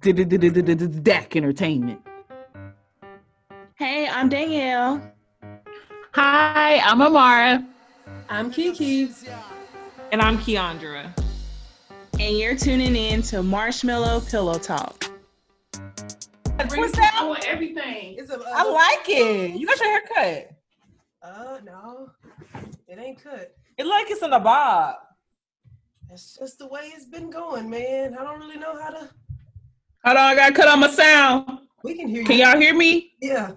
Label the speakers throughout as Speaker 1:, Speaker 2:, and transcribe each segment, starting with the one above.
Speaker 1: Dak Entertainment.
Speaker 2: Hey, I'm Danielle.
Speaker 3: Hi, I'm Amara.
Speaker 4: I'm Kiki.
Speaker 5: And I'm Keandra.
Speaker 2: And you're tuning in to Marshmallow Pillow Talk.
Speaker 5: What's that? Everything.
Speaker 4: It's a, uh,
Speaker 3: I like it. You got your hair cut.
Speaker 4: uh, no, it ain't cut.
Speaker 3: It like it's in a bob.
Speaker 4: That's just the way it's been going, man. I don't really know how to.
Speaker 1: Hold on, I gotta cut on my sound.
Speaker 4: We can hear you.
Speaker 1: Can y'all hear me?
Speaker 4: Yeah,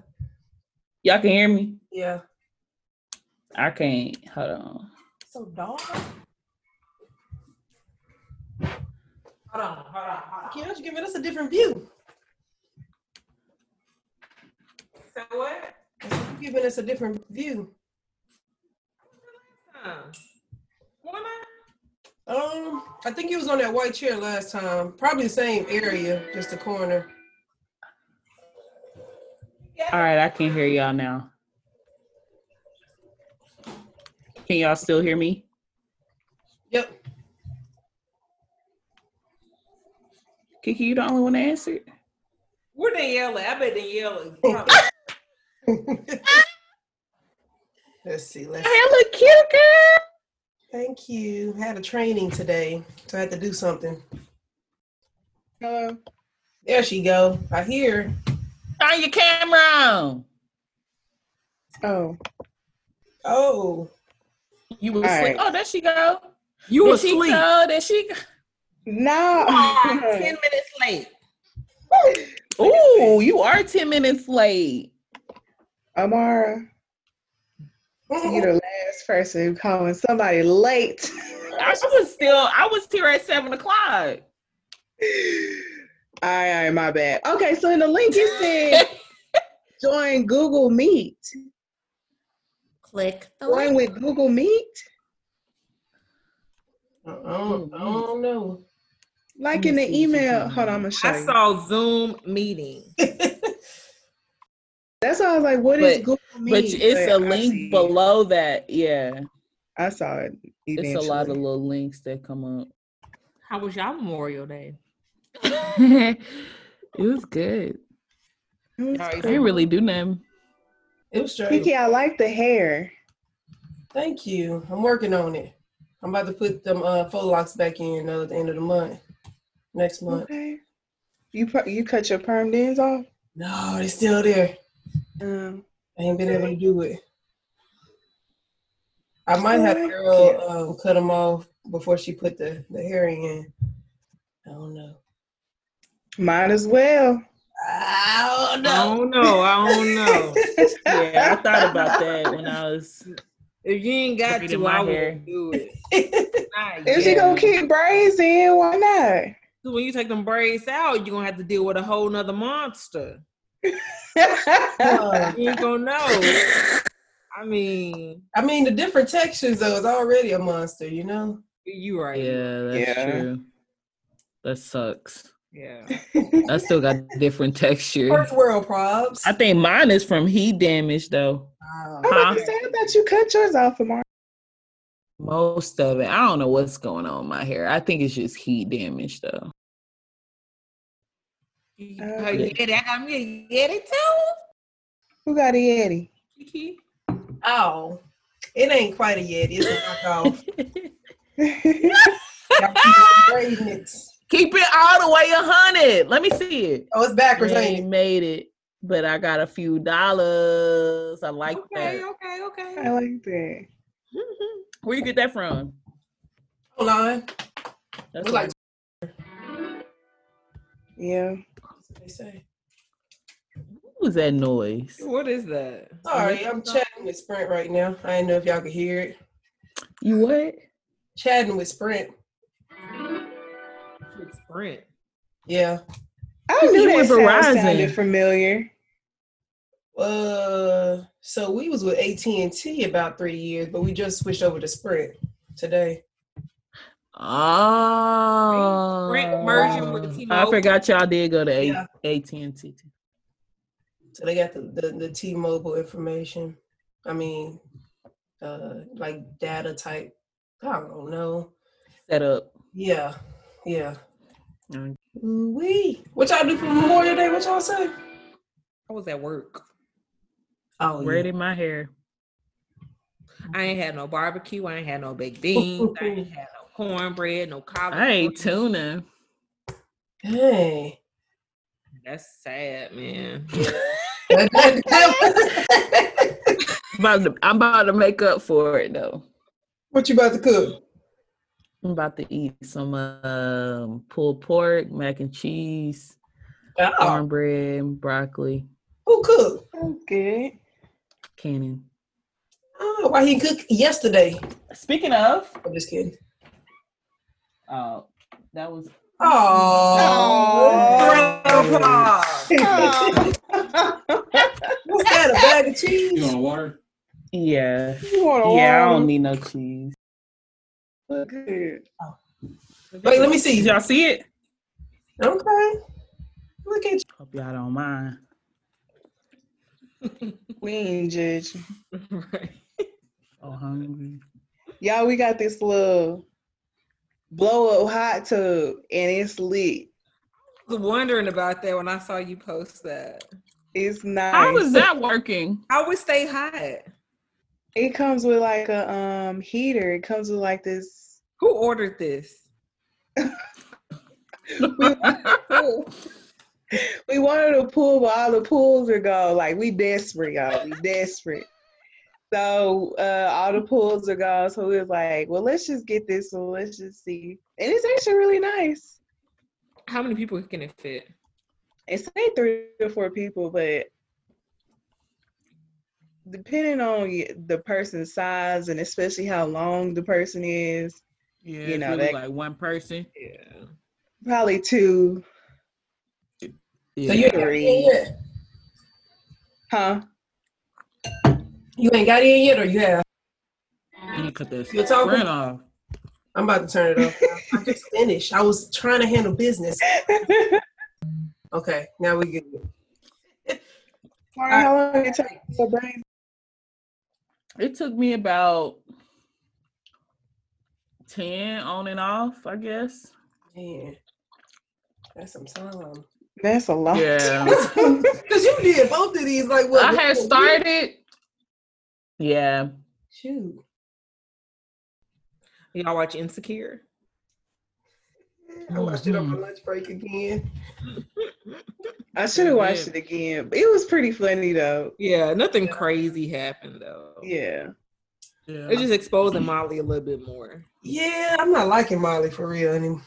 Speaker 1: Y'all can hear me?
Speaker 4: yeah.
Speaker 1: I can't. Hold on.
Speaker 4: So dog. Hold on, hold on, hold on. Can you giving us a different view?
Speaker 5: So what?
Speaker 4: You're giving us a different view.
Speaker 5: Huh. Woman?
Speaker 4: Um, I think he was on that white chair last time. Probably the same area, just the corner.
Speaker 1: All right, I can hear y'all now. Can y'all still hear me?
Speaker 4: Yep.
Speaker 1: Kiki, you the only one that answered.
Speaker 5: Where Danielle at? I bet Danielle is
Speaker 2: Oh,
Speaker 4: Let's see. Let's.
Speaker 1: Hey, I look cute, girl.
Speaker 4: Thank you. I had a training today, so I had to do something. Hello. There she go. I hear.
Speaker 1: Turn your camera on.
Speaker 2: Oh,
Speaker 4: Oh,
Speaker 1: You was
Speaker 2: All
Speaker 1: asleep.
Speaker 2: right.
Speaker 1: Oh, there she go.
Speaker 3: You
Speaker 1: Did
Speaker 3: was
Speaker 1: she
Speaker 3: asleep.
Speaker 1: go? Did she go?
Speaker 2: no.
Speaker 3: Ten minutes late.
Speaker 1: Ooh, you are 10 minutes late.
Speaker 2: Amara, you're the last person calling somebody late.
Speaker 1: I was still, I was here at 7 o'clock.
Speaker 2: All right, all right, my bad. Okay, so in the link it said join Google Meet.
Speaker 6: Click the
Speaker 2: Join
Speaker 6: link.
Speaker 2: with Google Meet?
Speaker 4: I don't, I don't know.
Speaker 2: Like in
Speaker 1: Let me
Speaker 2: the
Speaker 1: see if you
Speaker 2: email.
Speaker 1: can-
Speaker 2: Hold on, I'm gonna show
Speaker 5: I
Speaker 2: you.
Speaker 5: saw Zoom meeting.
Speaker 2: That's why I was like, what is
Speaker 1: But-
Speaker 2: Google Meet?
Speaker 1: but it's a
Speaker 2: But I see-
Speaker 1: link below that. Yeah.
Speaker 2: I saw it.
Speaker 1: It's a lot of little links that come up.
Speaker 5: How was y'all Memorial Day?
Speaker 1: it was good.
Speaker 2: eventually.
Speaker 1: I didn't really do nothing.
Speaker 4: It was straight.
Speaker 2: Kiki, I like the hair.
Speaker 4: Thank you. I'm working on it. I'm about to put them uh, faux locks back in uh, at the end of the month. Next month.
Speaker 2: Okay. You per- you cut your perm ends off?
Speaker 4: No, they're still there.
Speaker 2: Um,
Speaker 4: I ain't been able to do it. I might have Carol um, cut them off before she put the, the herring in. I don't know.
Speaker 2: might as well.
Speaker 4: I don't
Speaker 5: I
Speaker 4: know.
Speaker 5: don't know. I don't know.
Speaker 1: Yeah, I thought about that when I was.
Speaker 5: if you ain't got
Speaker 1: Put it in
Speaker 5: to,
Speaker 1: my
Speaker 5: I
Speaker 1: hair.
Speaker 5: won't do it. Not
Speaker 2: If she
Speaker 5: yet.
Speaker 2: gonna keep braids in, why not?
Speaker 5: So when you take them braids out, you're gonna have to deal with a whole nother monster.
Speaker 4: Uh,
Speaker 5: You ain't gonna know. I mean,
Speaker 4: I mean, the different textures though is already a monster, you know.
Speaker 5: you right.
Speaker 1: Yeah, that's
Speaker 2: Yeah.
Speaker 1: true. That sucks.
Speaker 5: Yeah.
Speaker 1: I still got different texture.
Speaker 4: First world probs.
Speaker 1: I think mine is from heat damage though.
Speaker 4: Wow.
Speaker 2: I'm about
Speaker 1: Huh?
Speaker 2: to say, I thought you cut yours off, Amar.
Speaker 1: Most of it. I don't know what's going on with my hair. I think it's just heat damage though.
Speaker 5: yeah, that got me a Yeti too.
Speaker 2: Who got a Yeti?
Speaker 5: Kiki.
Speaker 4: Ow. oh, It ain't quite a yet. It's a knockoff.
Speaker 2: Wait,
Speaker 4: Y'all keep braiding it.
Speaker 1: Keep it all the way a hundred. Let me see it.
Speaker 4: Oh, it's backwards,
Speaker 1: I
Speaker 4: ain't
Speaker 1: ain't made it, but I got a few dollars. I like
Speaker 5: okay,
Speaker 1: that.
Speaker 5: okay, okay,
Speaker 2: I like that.
Speaker 1: Where you get that from?
Speaker 4: it? Online.
Speaker 1: That's
Speaker 4: We like
Speaker 1: what-
Speaker 2: Yeah.
Speaker 4: that's what they say.
Speaker 1: what was that noise?
Speaker 5: What is that?
Speaker 4: Sorry, I'm chatting with Sprint right now. I didn't know if y'all could hear it.
Speaker 1: You what?
Speaker 4: Chatting with Sprint.
Speaker 5: It's Sprint.
Speaker 4: Yeah.
Speaker 2: I knew
Speaker 1: You
Speaker 2: that
Speaker 1: with
Speaker 2: sound
Speaker 1: Verizon.
Speaker 2: sounded familiar.
Speaker 4: Uh, so we was with AT and T about three years, but we just switched over to Sprint today.
Speaker 1: Oh,
Speaker 5: Sprint merging with
Speaker 1: I
Speaker 5: T-Mobile.
Speaker 1: forgot y'all did go to
Speaker 4: Yeah.
Speaker 1: AT and T.
Speaker 4: So they got the the, the T-Mobile information. I mean, uh, like data type. I don't know.
Speaker 1: Set up.
Speaker 4: Yeah, yeah. Ooh-wee. What y'all do for Memorial Day? What y'all say?
Speaker 5: I was at work.
Speaker 4: Oh, yeah.
Speaker 1: Braiding my hair.
Speaker 5: I ain't had no barbecue. I ain't had no baked beans. I ain't had no cornbread, no collard.
Speaker 1: I ate
Speaker 5: greens.
Speaker 1: tuna.
Speaker 4: Hey.
Speaker 5: That's sad, man.
Speaker 1: About to- I'm about to make up for it though.
Speaker 4: what you about to cook?
Speaker 1: I'm about to eat some um, pulled pork, mac and cheese,
Speaker 4: Oh,
Speaker 1: cornbread, broccoli,
Speaker 4: who cooked?
Speaker 2: Okay.
Speaker 1: cannon.
Speaker 4: Oh, why he cooked yesterday?
Speaker 3: Speaking of,
Speaker 4: I'm just kidding.
Speaker 1: uh,
Speaker 3: oh, that was
Speaker 4: Oh,
Speaker 3: grandpa.
Speaker 4: what's that? A bag of cheese?
Speaker 6: You want water?
Speaker 1: Yeah,
Speaker 2: You want to
Speaker 1: yeah. I don't need no cheese.
Speaker 2: Good.
Speaker 4: Wait, let me see.
Speaker 1: Did y'all see it?
Speaker 4: Okay. Look at you.
Speaker 1: Hope y'all don't mind.
Speaker 2: We ain't judge.
Speaker 5: Right.
Speaker 1: Oh, hungry.
Speaker 2: Y'all, we got this little blow up hot tub and it's lit.
Speaker 5: I was wondering about that when I saw you post that.
Speaker 2: It's nice.
Speaker 1: How is that working?
Speaker 5: How we stay hot?
Speaker 2: It comes with like a um heater. It comes with like this.
Speaker 5: Who ordered this?
Speaker 2: pool. we wanted a pool, but all the pools are gone. Like we desperate, y'all. We desperate. So uh, all the pools are gone. So we was like, well, let's just get this one. Let's just see. And it's actually really nice.
Speaker 5: How many people can it fit?
Speaker 2: It's say three or four people, but depending on y- the person's size and especially how long the person is,
Speaker 1: Yeah,
Speaker 2: You it's know, really that-
Speaker 1: like one person.
Speaker 5: Yeah.
Speaker 2: probably two,
Speaker 4: So you ain't got it in
Speaker 2: Three.
Speaker 4: yet.
Speaker 2: huh?
Speaker 4: You ain't got it in yet, or you have?
Speaker 1: cut that
Speaker 4: You're talking-
Speaker 1: screen off.
Speaker 4: I'm about to turn it off. now. I just finished. I was trying to handle business. Okay, now we good.
Speaker 2: How long did it take to bring?
Speaker 1: It took me about ten on and off, I guess.
Speaker 4: Man, that's some time.
Speaker 2: That's a lot.
Speaker 1: Yeah.
Speaker 4: Because you did both of these. Like, what?
Speaker 1: I had started. Yeah,
Speaker 4: Shoot.
Speaker 5: Y'all watch Insecure?
Speaker 4: I watched it on my lunch break again.
Speaker 2: I should have watched it again. But it was pretty funny though.
Speaker 5: Yeah, nothing crazy happened though.
Speaker 2: Yeah.
Speaker 1: yeah.
Speaker 5: It's just exposing Molly a little bit more.
Speaker 4: Yeah, I'm not liking Molly for real anymore.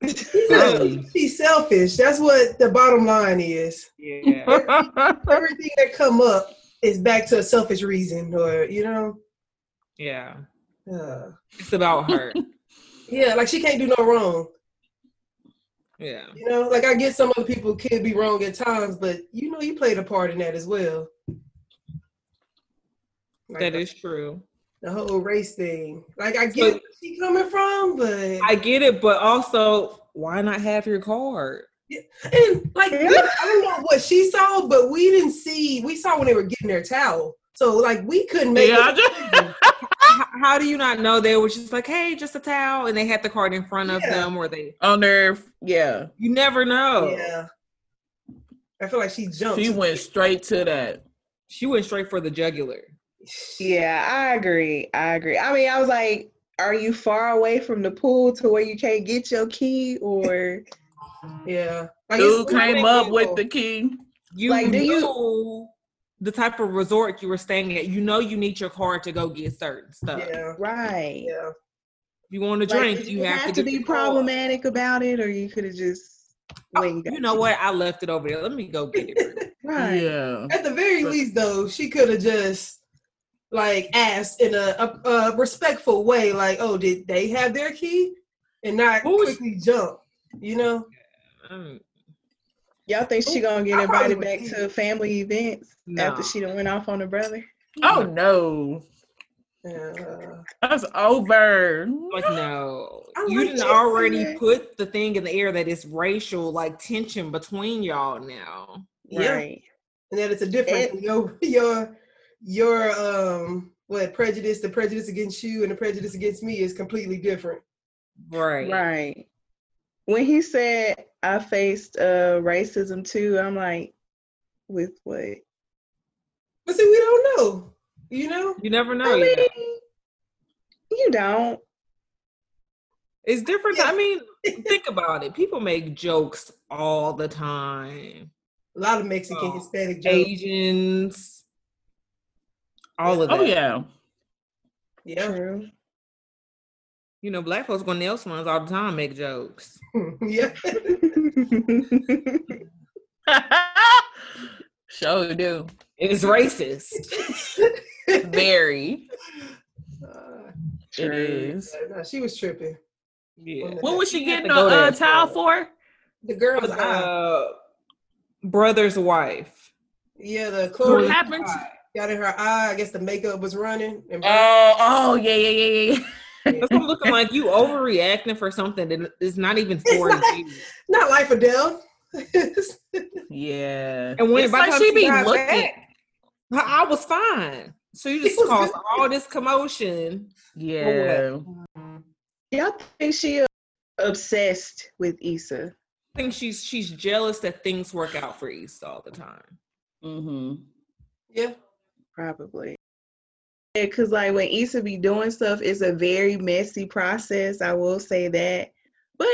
Speaker 1: Really?
Speaker 4: She's selfish. That's what the bottom line is.
Speaker 2: yeah.
Speaker 4: Everything that come up is back to a selfish reason, or you know,
Speaker 5: Yeah.
Speaker 4: uh,
Speaker 5: It's about her.
Speaker 4: yeah, like she can't do no wrong.
Speaker 5: yeah.
Speaker 4: You know, like I get some other people could be wrong at times, but you know, you played a part in that as well. Like
Speaker 5: That is true.
Speaker 4: the whole race thing. Like I get where she coming from, but
Speaker 5: I get it, but also why not have your card?
Speaker 4: and like I don't know what she saw, but we didn't see. We saw when they were getting their towel, so like we couldn't make.
Speaker 1: Yeah, I
Speaker 4: it.
Speaker 1: just-
Speaker 5: How, how do you not know they were just like, hey, just a towel, and they had the card in front of
Speaker 4: Yeah.
Speaker 5: them, or they
Speaker 1: on there. Yeah,
Speaker 5: you never know.
Speaker 4: Yeah. I feel like she jumped.
Speaker 1: she went straight to that.
Speaker 5: She went straight for the jugular.
Speaker 2: Yeah, I agree. I agree. I mean, I was like, are you far away from the pool to where you can't get your key or
Speaker 4: Yeah. Like,
Speaker 1: Dude
Speaker 4: it's-
Speaker 1: came up with the key.
Speaker 5: You
Speaker 2: Like, do you-
Speaker 5: know the type of resort you were staying at. You know you need your card to go get certain stuff.
Speaker 4: Yeah.
Speaker 2: right?
Speaker 4: Yeah.
Speaker 5: If you want to
Speaker 2: Like,
Speaker 5: drink,
Speaker 2: did
Speaker 5: you, have, to, get
Speaker 2: be
Speaker 5: your card.
Speaker 2: problematic about it, or you could have just went and got
Speaker 5: Oh, You know
Speaker 2: your-
Speaker 5: what? I left it over there. Let me go get it.
Speaker 2: Right.
Speaker 1: Yeah.
Speaker 4: At the very least, though, she could have just like asked in a, a, a respectful way, like, "Oh, did they have their key?" and not
Speaker 5: Who was-
Speaker 4: quickly jump. You know?
Speaker 5: Mm,
Speaker 2: Y'all think she gonna get
Speaker 4: I probably
Speaker 2: invited
Speaker 4: would
Speaker 2: back
Speaker 4: think-
Speaker 2: to family events
Speaker 5: no.
Speaker 2: after she done went off on her brother?
Speaker 1: Oh no,
Speaker 4: Uh,
Speaker 1: that's over.
Speaker 5: Like no,
Speaker 4: I
Speaker 5: you
Speaker 4: like
Speaker 5: didn't
Speaker 4: Chick-fil-A.
Speaker 5: already put the thing in the air that it's racial like tension between y'all now.
Speaker 4: yeah.
Speaker 2: Right.
Speaker 4: And that it's a difference.
Speaker 2: And-
Speaker 4: in your your your um what prejudice, the prejudice against you and the prejudice against me is completely different.
Speaker 5: Right.
Speaker 2: Right. when he said I faced uh racism too, I'm like, with what?
Speaker 4: But see, we don't know. You know?
Speaker 5: You never know.
Speaker 2: I
Speaker 5: Oh, yeah.
Speaker 2: mean, you don't.
Speaker 5: It's different.
Speaker 4: Yeah.
Speaker 5: I mean, think about it. People make jokes all the time.
Speaker 4: A lot of Mexican
Speaker 5: Oh.
Speaker 4: Hispanic jokes.
Speaker 5: Asians, all of that.
Speaker 1: Oh yeah.
Speaker 4: Yeah.
Speaker 2: True.
Speaker 5: You know, black folks go to nail salons all the time, make jokes.
Speaker 4: yeah.
Speaker 1: sure do.
Speaker 5: It's racist.
Speaker 1: Very.
Speaker 4: Uh,
Speaker 1: It is.
Speaker 4: no, she was tripping.
Speaker 5: Yeah.
Speaker 1: What was she
Speaker 5: You have
Speaker 1: getting
Speaker 5: to
Speaker 1: a
Speaker 5: go there
Speaker 1: uh, towel
Speaker 5: for
Speaker 1: for?
Speaker 4: The girl's eye.
Speaker 5: Uh, brother's wife.
Speaker 4: Yeah, the
Speaker 1: What
Speaker 4: chlorine
Speaker 1: happened?
Speaker 4: got in her eye. I guess the makeup was running. And
Speaker 1: Oh, oh yeah, yeah, yeah, yeah.
Speaker 5: That's what I'm looking like. You overreacting for something that is not even for
Speaker 4: not-
Speaker 5: you.
Speaker 4: not life or death.
Speaker 1: Yeah. yeah.
Speaker 5: And when
Speaker 1: It's
Speaker 5: by
Speaker 1: like
Speaker 5: the time
Speaker 1: she be
Speaker 5: got
Speaker 1: looking.
Speaker 5: back, her eye was fine. So you just
Speaker 4: was
Speaker 5: caused all this commotion.
Speaker 1: Yeah.
Speaker 2: Y'all think she uh, obsessed with Issa?
Speaker 5: I think she's she's jealous that things work out for East all the time.
Speaker 1: Mm-hmm.
Speaker 4: yeah.
Speaker 2: Probably. Yeah, cause like when Issa be doing stuff, it's a very messy process. I will say that, but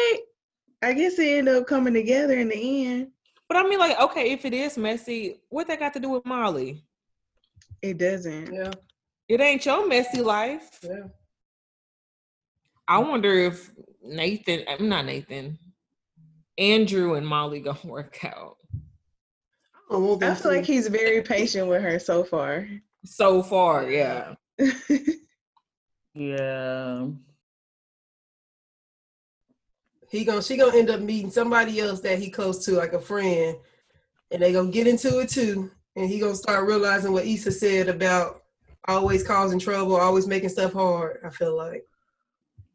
Speaker 2: I guess it ended up coming together in the end.
Speaker 5: But I mean, like, okay, if it is messy, what that got to do with Molly?
Speaker 2: It doesn't.
Speaker 4: Yeah.
Speaker 5: It ain't your messy life.
Speaker 4: Yeah.
Speaker 5: I wonder if Nathan, I'm not Nathan, Andrew and Molly gonna work out
Speaker 4: I don't want them
Speaker 2: I feel
Speaker 4: to-
Speaker 2: like he's very patient with her so far.
Speaker 5: so far. Yeah,
Speaker 1: Yeah.
Speaker 4: he gonna she gonna end up meeting somebody else that he close to, like a friend, and they gonna get into it too. And he gonna start realizing what Issa said about always causing trouble, always making stuff hard. I feel like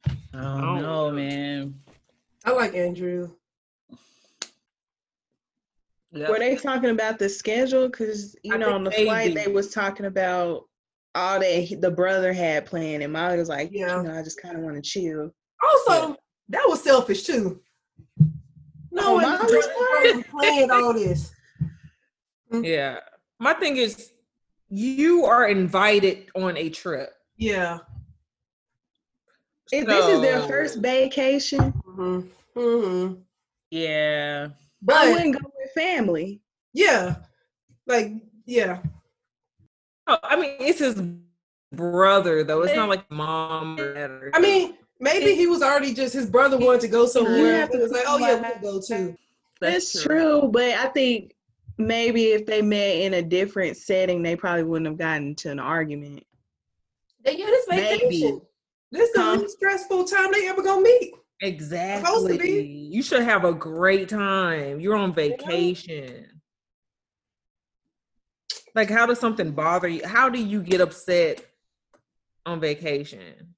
Speaker 1: I
Speaker 5: don't
Speaker 1: don't know,
Speaker 5: know.
Speaker 1: Oh, man.
Speaker 4: I like Andrew.
Speaker 1: Yep.
Speaker 2: Were they talking about the schedule? Cause you
Speaker 5: I
Speaker 2: know,
Speaker 5: think
Speaker 2: on the
Speaker 5: they
Speaker 2: flight
Speaker 5: do.
Speaker 2: they was talking about all that he- the brother had planned, and Molly was like,
Speaker 4: Yeah.
Speaker 2: you know, I just kind of want to chill.
Speaker 4: Also, that was selfish too. No,
Speaker 2: Oh,
Speaker 4: and
Speaker 2: Molly's
Speaker 4: Jordan planned all this.
Speaker 5: yeah. My thing is, you are invited on a trip.
Speaker 4: Yeah.
Speaker 2: If this is their
Speaker 5: So-
Speaker 2: first vacation,
Speaker 4: hmm hmm
Speaker 1: yeah.
Speaker 2: I
Speaker 4: But
Speaker 2: wouldn't go with family.
Speaker 4: yeah, like yeah,
Speaker 5: Oh, I mean, it's his brother though. It's not like mom or dad. or-
Speaker 4: I mean, maybe he was already just his brother wanted to go somewhere.
Speaker 2: have
Speaker 4: He
Speaker 2: to
Speaker 4: was like, oh yeah, we'll go too.
Speaker 2: That's, true. but I think maybe if they met in a different setting, they probably wouldn't have gotten to an argument.
Speaker 4: Yeah, this
Speaker 2: Maybe.
Speaker 4: vacation. This the
Speaker 2: Huh?
Speaker 4: least stressful time they ever gonna meet.
Speaker 5: Exactly. You should have a great time. You're on vacation. Like, how does something bother you? How do you get upset on vacation?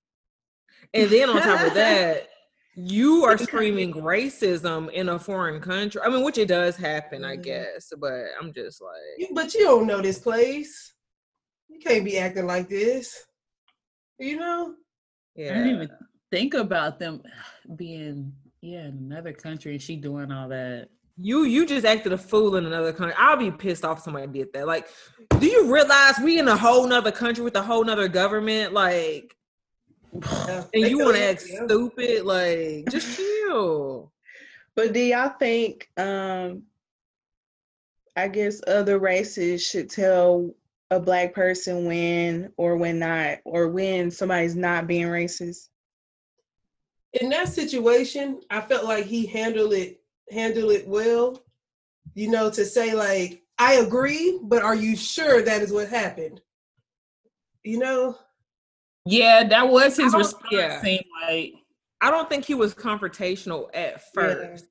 Speaker 5: And then on top of that, you are screaming racism in a foreign country. I mean, which it does happen, I
Speaker 4: Mhm.
Speaker 5: guess, but I'm just like,
Speaker 4: You- But you don't know this place. You can't be acting like this. You know?
Speaker 1: I didn't
Speaker 5: yeah.
Speaker 1: even think about them being yeah in another country and she doing all that.
Speaker 5: You you just acted a fool in another country. I'll be pissed off if somebody did that. Like, do you realize we in a whole nother country with a whole nother government? Like, and
Speaker 4: They
Speaker 5: you want to
Speaker 4: could've-
Speaker 5: act
Speaker 4: yeah.
Speaker 5: stupid? Like, just chill.
Speaker 2: But do y'all think um I guess other races should tell a black person when or when not or when somebody's not being racist?
Speaker 4: in that situation, I felt like he handled it handled it well. You know, to say like, I agree, but are you sure that is what happened? You know,
Speaker 1: Yeah, that was his
Speaker 5: I don't-
Speaker 1: response.
Speaker 5: yeah.
Speaker 1: Seemed like
Speaker 5: I don't think he was confrontational at first.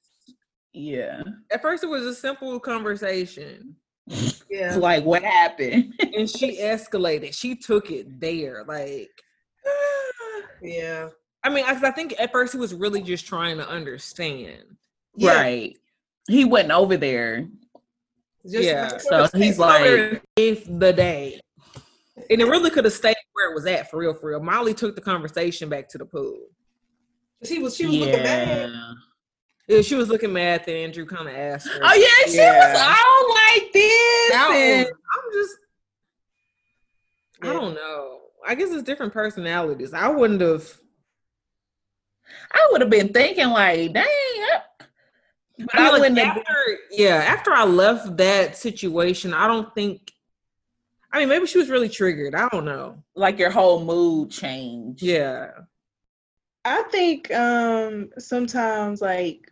Speaker 1: yeah.
Speaker 5: At first, it was a simple conversation,
Speaker 4: yeah.
Speaker 1: Like what happened?
Speaker 5: and she escalated. She took it there. Like,
Speaker 4: Yeah.
Speaker 5: I mean, 'cause I think at first he was really just trying to understand.
Speaker 4: Yeah.
Speaker 1: Right. He wasn't over there.
Speaker 4: Just-
Speaker 5: Yeah.
Speaker 4: just
Speaker 1: So
Speaker 4: respect-
Speaker 1: he's like
Speaker 5: if the day. And it really could have stayed where it was at for real, for real. Molly took the conversation back to the pool.
Speaker 4: 'cause he was she was looking
Speaker 1: yeah.
Speaker 4: mad.
Speaker 5: Yeah, she was looking mad that Andrew kind of asked her.
Speaker 1: Oh yeah, she was
Speaker 2: Yeah.
Speaker 1: all like this.
Speaker 5: That
Speaker 1: and-
Speaker 5: was- I'm just, I
Speaker 2: Yeah.
Speaker 5: don't know. I guess it's different personalities. I wouldn't have.
Speaker 1: I would have been thinking like, dang. I- But I
Speaker 5: I mean,
Speaker 1: wouldn't
Speaker 5: like,
Speaker 1: have.
Speaker 5: after, yeah, after I left that situation, I don't think. I mean, maybe she was really triggered. I don't know.
Speaker 1: Like your whole mood changed.
Speaker 5: Yeah,
Speaker 2: I think um sometimes like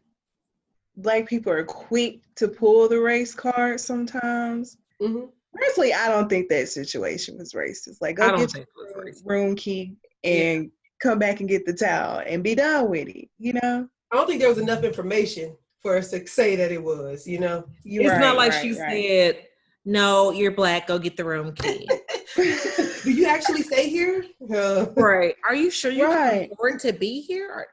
Speaker 2: black people are quick to pull the race card sometimes.
Speaker 4: Mhm.
Speaker 2: Personally, I don't think that situation was racist. Like
Speaker 5: I
Speaker 2: go
Speaker 5: don't
Speaker 2: get
Speaker 5: think it was
Speaker 2: your
Speaker 5: racist.
Speaker 2: room key and come back and get the towel and be done with it, you know?
Speaker 4: I don't think there was enough information for us to say that it was, you know.
Speaker 2: You
Speaker 5: it's not
Speaker 2: right,
Speaker 5: like she
Speaker 2: right,
Speaker 5: said, "No, you're black. Go get the room key."
Speaker 2: right.
Speaker 5: Hmm.
Speaker 4: Do you actually stay here? Uh,
Speaker 5: right? Are you sure you
Speaker 2: Right.
Speaker 5: can afford to be here?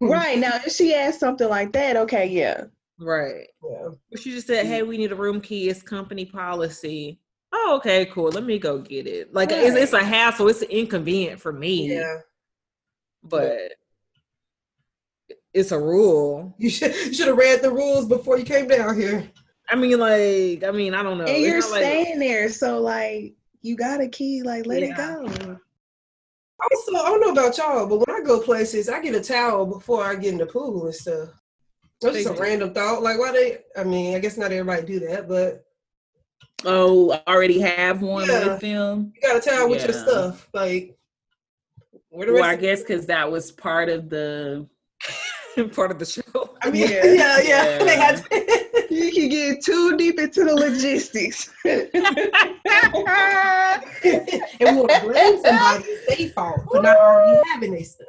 Speaker 2: Right. Now if she asked something like that, okay, yeah.
Speaker 5: Right.
Speaker 4: yeah.
Speaker 5: But she just said, "Hey, we need a room key. It's company policy." Oh, okay, cool. Let me go get it. Like it's, it's a hassle. It's inconvenient for me,
Speaker 4: yeah.
Speaker 5: but it's a rule.
Speaker 4: You should you should have read the rules before you came down here.
Speaker 5: I mean, like, I mean, I don't know.
Speaker 2: and
Speaker 5: It's
Speaker 2: you're
Speaker 5: not like-
Speaker 2: staying there, so like you got a key, like let it go.
Speaker 4: Also, I don't know about y'all, but when I go places, I get a towel before I get in the pool and stuff. That's just
Speaker 5: They
Speaker 4: a
Speaker 5: do.
Speaker 4: random thought. Like why they I mean, I guess not everybody do that, but
Speaker 1: Oh, already have one
Speaker 4: Yeah.
Speaker 1: with them.
Speaker 4: you got a towel with your
Speaker 1: Yeah.
Speaker 4: stuff. Like where the
Speaker 1: Well,
Speaker 4: rest
Speaker 1: I
Speaker 4: of-
Speaker 1: guess because that was part of the
Speaker 5: part of the show.
Speaker 4: I mean
Speaker 2: Yeah.
Speaker 4: yeah, yeah. They had
Speaker 2: You can get too deep into the logistics.
Speaker 4: and we want to blame somebody it's their fault for not already having their stuff.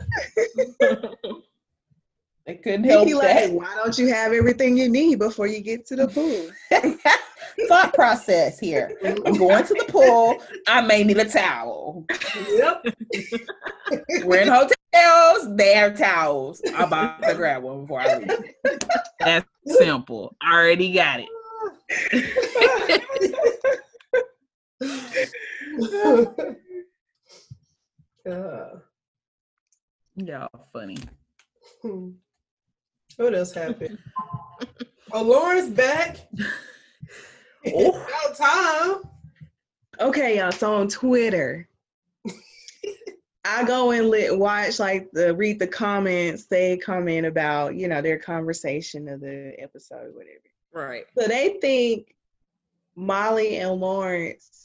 Speaker 1: they couldn't
Speaker 2: He'd
Speaker 1: help
Speaker 2: be like, why don't you have everything you need before you get to the pool?
Speaker 1: that thought process here. I'm going to the pool. I may need a towel.
Speaker 4: Yep.
Speaker 1: We're in hotels. They have towels. I'm about to grab one before I leave.
Speaker 5: That's simple. I already got it.
Speaker 4: Uh,
Speaker 1: Y'all funny.
Speaker 4: hmm. What else happened? oh, Lauren's back.
Speaker 1: Ooh.
Speaker 4: About time.
Speaker 2: Okay, y'all. So on Twitter, I go and lit, watch like the read the comments. They comment about you know their conversation of the episode, whatever.
Speaker 5: Right.
Speaker 2: So they think Molly and Lawrence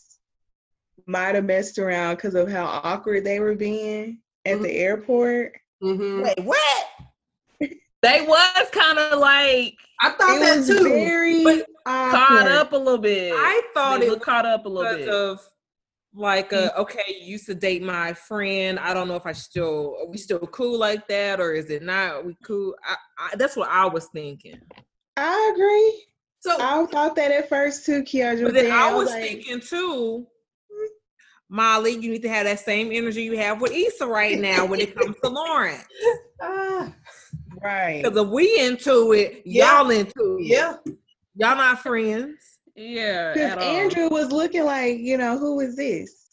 Speaker 2: might have messed around because of how awkward they were being at the airport.
Speaker 4: Mm-hmm.
Speaker 1: Wait, what? They was kind of like
Speaker 4: I thought
Speaker 2: it
Speaker 4: that
Speaker 2: was
Speaker 4: too.
Speaker 2: very
Speaker 1: but caught
Speaker 2: awkward.
Speaker 1: up a little bit.
Speaker 5: I thought
Speaker 1: they
Speaker 5: it
Speaker 1: looked caught up a little
Speaker 5: because
Speaker 1: bit. Mm.
Speaker 5: of like, a, okay, you used to date my friend. I don't know if I still are we still cool like that, or is it not? Are we cool? I, I, that's what I was thinking.
Speaker 2: I agree.
Speaker 4: so
Speaker 2: I thought that at first too, Keandra.
Speaker 5: But then
Speaker 2: then
Speaker 5: I was
Speaker 2: like,
Speaker 5: thinking too, Molly, you need to have that same energy you have with Issa right now when it comes to Lauren.
Speaker 4: ah,
Speaker 2: right.
Speaker 5: Because if we into it,
Speaker 4: Yeah.
Speaker 5: y'all into it.
Speaker 4: yeah,
Speaker 5: Y'all not friends.
Speaker 1: yeah,
Speaker 2: Because Andrew was looking like, you know, who is this?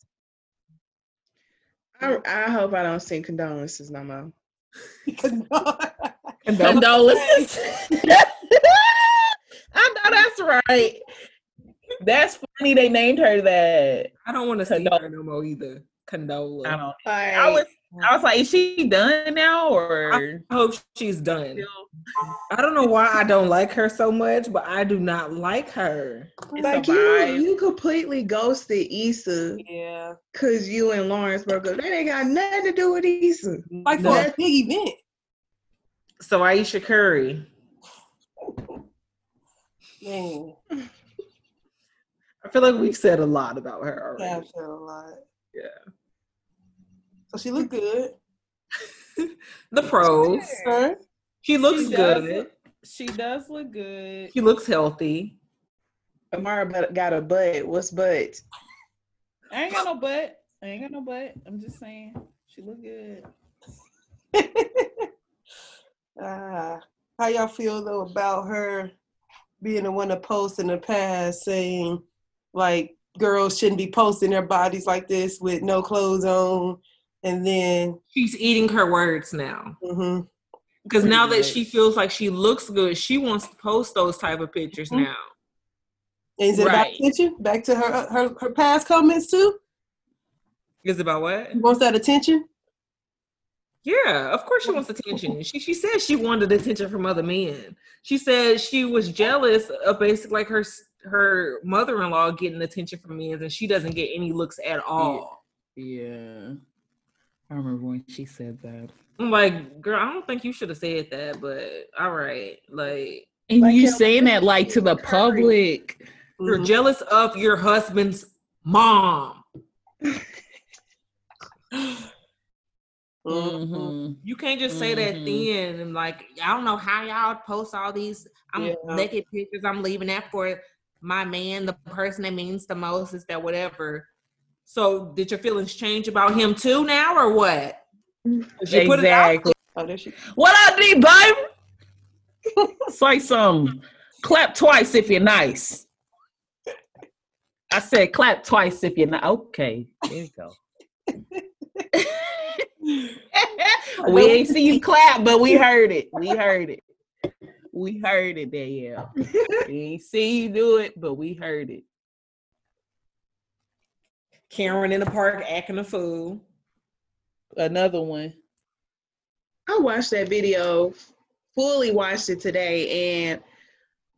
Speaker 2: I, I hope I don't send condolences no more.
Speaker 1: Condolences. I know that's right. That's funny. They named her that.
Speaker 5: I don't want to see
Speaker 1: Condol-
Speaker 5: her no more either. Condola.
Speaker 1: I don't.
Speaker 2: Like,
Speaker 1: I was. I was like, is she done now or?
Speaker 5: I hope she's done. I don't know why I don't like her so much, but I do not like her.
Speaker 1: It's
Speaker 2: like
Speaker 1: a
Speaker 2: you,
Speaker 1: vibe.
Speaker 2: you completely ghosted Issa
Speaker 4: yeah.
Speaker 2: because you and Lawrence broke up. That ain't got nothing to do with Issa.
Speaker 4: Like for a big event.
Speaker 5: So Aisha Curry.
Speaker 4: Man,
Speaker 5: I feel like we've said a lot about her
Speaker 4: yeah, I
Speaker 5: already.
Speaker 4: feel a lot.
Speaker 5: Yeah.
Speaker 4: So she looked good.
Speaker 5: The pros.
Speaker 2: Huh?
Speaker 5: She looks
Speaker 3: She does
Speaker 5: good.
Speaker 3: look- She does look good.
Speaker 5: She looks healthy.
Speaker 2: Amara but- got a butt. What's butt?
Speaker 3: I ain't got no butt. I ain't got no butt. I'm just saying. She look good.
Speaker 4: Ah, how y'all feel though about her being the one to post in the past saying like girls shouldn't be posting their bodies like this with no clothes on, and then
Speaker 5: She's eating her words now.
Speaker 4: mhm.
Speaker 5: Because now that
Speaker 3: much. Mm-hmm.
Speaker 5: she feels like she looks good, she wants to post those type of pictures
Speaker 4: Mhm.
Speaker 5: now.
Speaker 4: Is it
Speaker 5: Right.
Speaker 4: about attention? Back to her, uh, her her past comments too.
Speaker 5: It's about what?
Speaker 4: She wants that attention.
Speaker 5: Yeah, of course she wants attention. She she said she wanted attention from other men. She said she was jealous of basically like her s- her mother in law getting attention from men, and she doesn't get any looks at all.
Speaker 3: Yeah. I remember when she said that.
Speaker 5: I'm like, girl, I don't think you should have said that, but all right, like
Speaker 3: And
Speaker 2: Like
Speaker 3: you
Speaker 2: how
Speaker 3: saying that like to the
Speaker 2: Curry-
Speaker 3: public.
Speaker 5: you're
Speaker 4: Mm-hmm.
Speaker 5: jealous of your husband's mom.
Speaker 4: Mm-hmm.
Speaker 5: Mm-hmm.
Speaker 1: Mhm.
Speaker 5: You can't just say that
Speaker 1: Mhm.
Speaker 5: then and like I don't know how y'all post all these I'm
Speaker 4: Yeah.
Speaker 5: naked pictures. I'm leaving that for my man, the person that means the most is that whatever. So did your feelings change about him too now or what? 'Cause you put it out-
Speaker 1: Exactly.
Speaker 4: Oh, there she.
Speaker 1: What I need, babe? Say something. Clap twice if you're nice. I said clap twice if you're not okay. There you go. we ain't see you clap, but we heard it. We heard it. We heard it, Danielle. We ain't see you do it, but we heard it.
Speaker 5: Karen in the park acting a fool.
Speaker 1: Another one.
Speaker 2: I watched that video, fully watched it today, and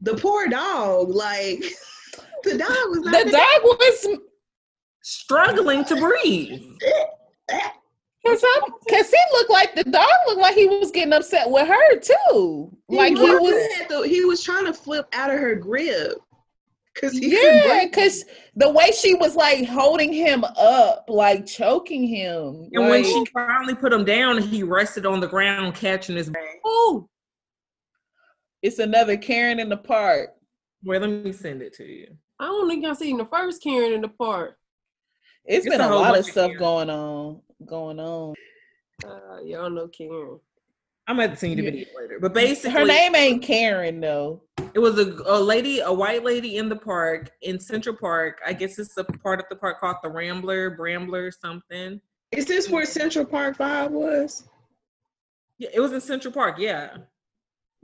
Speaker 2: the poor dog, like the dog was
Speaker 1: The
Speaker 2: not
Speaker 1: dog was
Speaker 5: Struggling to breathe.
Speaker 1: Cause I'm, cause he looked like the dog looked like he was getting upset with her too. Like he was,
Speaker 2: had the- he was trying to flip out of her grip because he couldn't
Speaker 1: yeah.
Speaker 2: breathe.
Speaker 1: Cause the way she was like holding him up, like choking him.
Speaker 5: And when
Speaker 1: like-
Speaker 5: she finally put him down, he rested on the ground catching his
Speaker 4: Oh,
Speaker 1: Ooh. it's another Karen in the park.
Speaker 5: Well, let me send it to you.
Speaker 4: I don't think I seen the first Karen in the park.
Speaker 1: it's
Speaker 5: It's
Speaker 1: been
Speaker 5: a
Speaker 1: a,
Speaker 5: whole
Speaker 1: lot of
Speaker 5: bunch of
Speaker 1: stuff
Speaker 5: Karen.
Speaker 1: going on, going on.
Speaker 4: Uh, y'all know Karen.
Speaker 5: I'm gonna send you the
Speaker 1: Yeah.
Speaker 5: video later. But basically,
Speaker 1: Her name ain't Karen though.
Speaker 5: It was a, a lady, a white lady in the park in Central Park. I guess it's a part of the park called the Rambler, Brambler, something.
Speaker 2: Is this where Central Park Five was?
Speaker 5: Yeah, it was in Central Park. Yeah,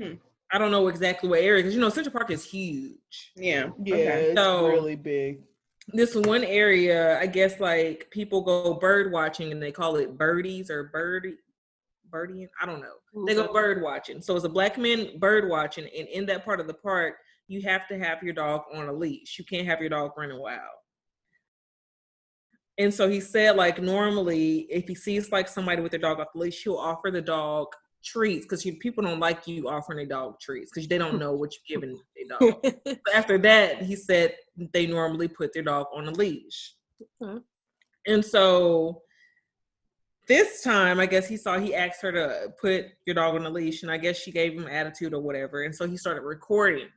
Speaker 2: Hmm.
Speaker 5: I don't know exactly what area because you know Central Park is huge.
Speaker 2: Yeah.
Speaker 1: Yeah,
Speaker 2: Okay.
Speaker 1: it's
Speaker 5: So-
Speaker 1: really big.
Speaker 5: This one area, I guess, like people go bird watching and they call it birdies or birdie, birdie. I don't know. They go bird watching. So as a black man bird watching, and in that part of the park, you have to have your dog on a leash. You can't have your dog running wild. And so he said, like normally, if he sees like somebody with their dog off the leash, he'll offer the dog treats because people don't like you offering their dog treats because they don't know what you're giving their dog. But after that, he said they normally put their dog on a leash.
Speaker 4: Okay.
Speaker 5: And so this time, I guess he saw he asked her to put your dog on a leash, and I guess she gave him attitude or whatever. And so he started recording.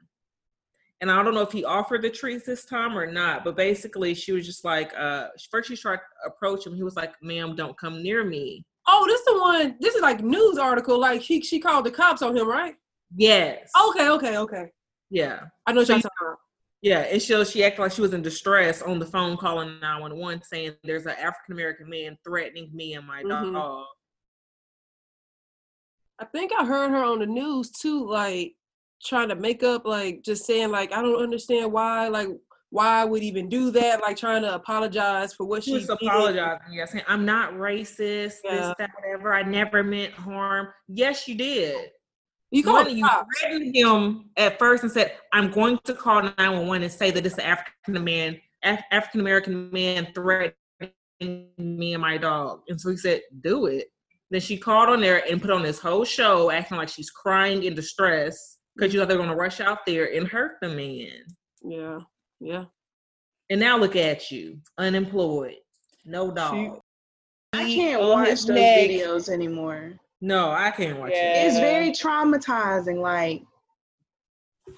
Speaker 5: And I don't know if he offered the treats this time or not, but basically she was just like, uh, first she tried to approach him. He was like, ma'am, don't come near me.
Speaker 4: oh, this the one. This is like news article. Like he, she called the cops on him, right?
Speaker 5: Yes.
Speaker 4: Okay, okay, okay.
Speaker 5: Yeah.
Speaker 4: Oh, I know what y'all talking about.
Speaker 5: Yeah, and she she acted like she was in distress on the phone calling 911 saying there's an African American man threatening me and my
Speaker 4: Mhm.
Speaker 5: dog.
Speaker 4: I think I heard her on the news too, like trying to make up, like just saying, like I don't understand why, like why I would even do that, like trying to apologize for what
Speaker 5: She
Speaker 4: she
Speaker 5: was
Speaker 4: did.
Speaker 5: apologizing, yeah, saying I'm not racist,
Speaker 4: Yeah.
Speaker 5: this, that, whatever. I never meant harm. Yes, you did.
Speaker 4: You
Speaker 5: One,
Speaker 4: called the
Speaker 5: you
Speaker 4: cops.
Speaker 5: threatened him at first and said, "I'm going to call 911 and say that it's an African man, Af- African American man threatening me and my dog." And so he said, "Do it." Then she called on there and put on this whole show, acting like she's crying in distress because you know they're going to rush out there and hurt the man.
Speaker 4: Yeah, yeah.
Speaker 5: And now look at you, unemployed, no dog.
Speaker 2: I
Speaker 1: He
Speaker 2: can't
Speaker 1: on
Speaker 2: watch
Speaker 1: his
Speaker 2: those
Speaker 1: neck.
Speaker 2: videos anymore.
Speaker 5: no, I can't watch
Speaker 1: Yeah.
Speaker 5: it.
Speaker 2: It's
Speaker 1: Yeah.
Speaker 2: very traumatizing. Like,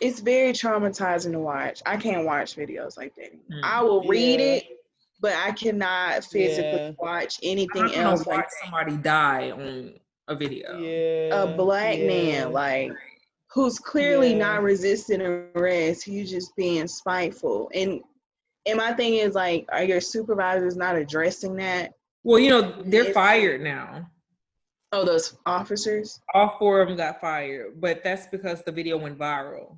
Speaker 2: it's very traumatizing to watch. I can't watch videos like that. anymore.
Speaker 5: Mm.
Speaker 2: I will read
Speaker 1: Yeah.
Speaker 2: it, but I cannot physically
Speaker 1: Yeah.
Speaker 2: watch
Speaker 5: I'm
Speaker 2: anything
Speaker 5: not going
Speaker 2: else
Speaker 5: to
Speaker 2: like
Speaker 5: watch somebody die on a video.
Speaker 1: Yeah,
Speaker 2: a black
Speaker 1: yeah.
Speaker 2: man, like who's clearly
Speaker 1: Yeah.
Speaker 2: not resisting arrest. You just being spiteful. And and my thing is like, are your supervisors not addressing that?
Speaker 5: Well, you know, they're
Speaker 2: It's-
Speaker 5: fired now.
Speaker 2: Oh, those officers.
Speaker 5: All four of them got fired, but that's because the video went viral.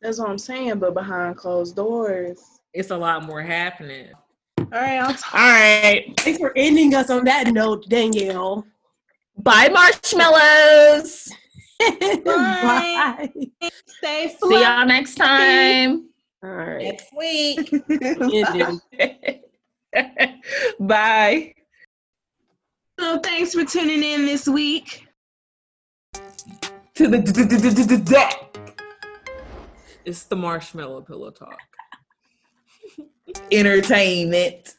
Speaker 2: That's what I'm saying. But behind closed doors.
Speaker 5: It's a lot more happening.
Speaker 2: All right, I'll talk.
Speaker 1: All right.
Speaker 4: Thanks for ending us on that note, Danielle.
Speaker 1: Bye, marshmallows.
Speaker 4: Bye.
Speaker 3: Stay
Speaker 1: See y'all next time.
Speaker 4: All right.
Speaker 5: Next week.
Speaker 4: Ending.
Speaker 1: Bye.
Speaker 2: So oh, thanks for tuning in this week.
Speaker 5: to the d- d- d- d- d- deck. It's the marshmallow pillow talk. Entertainment.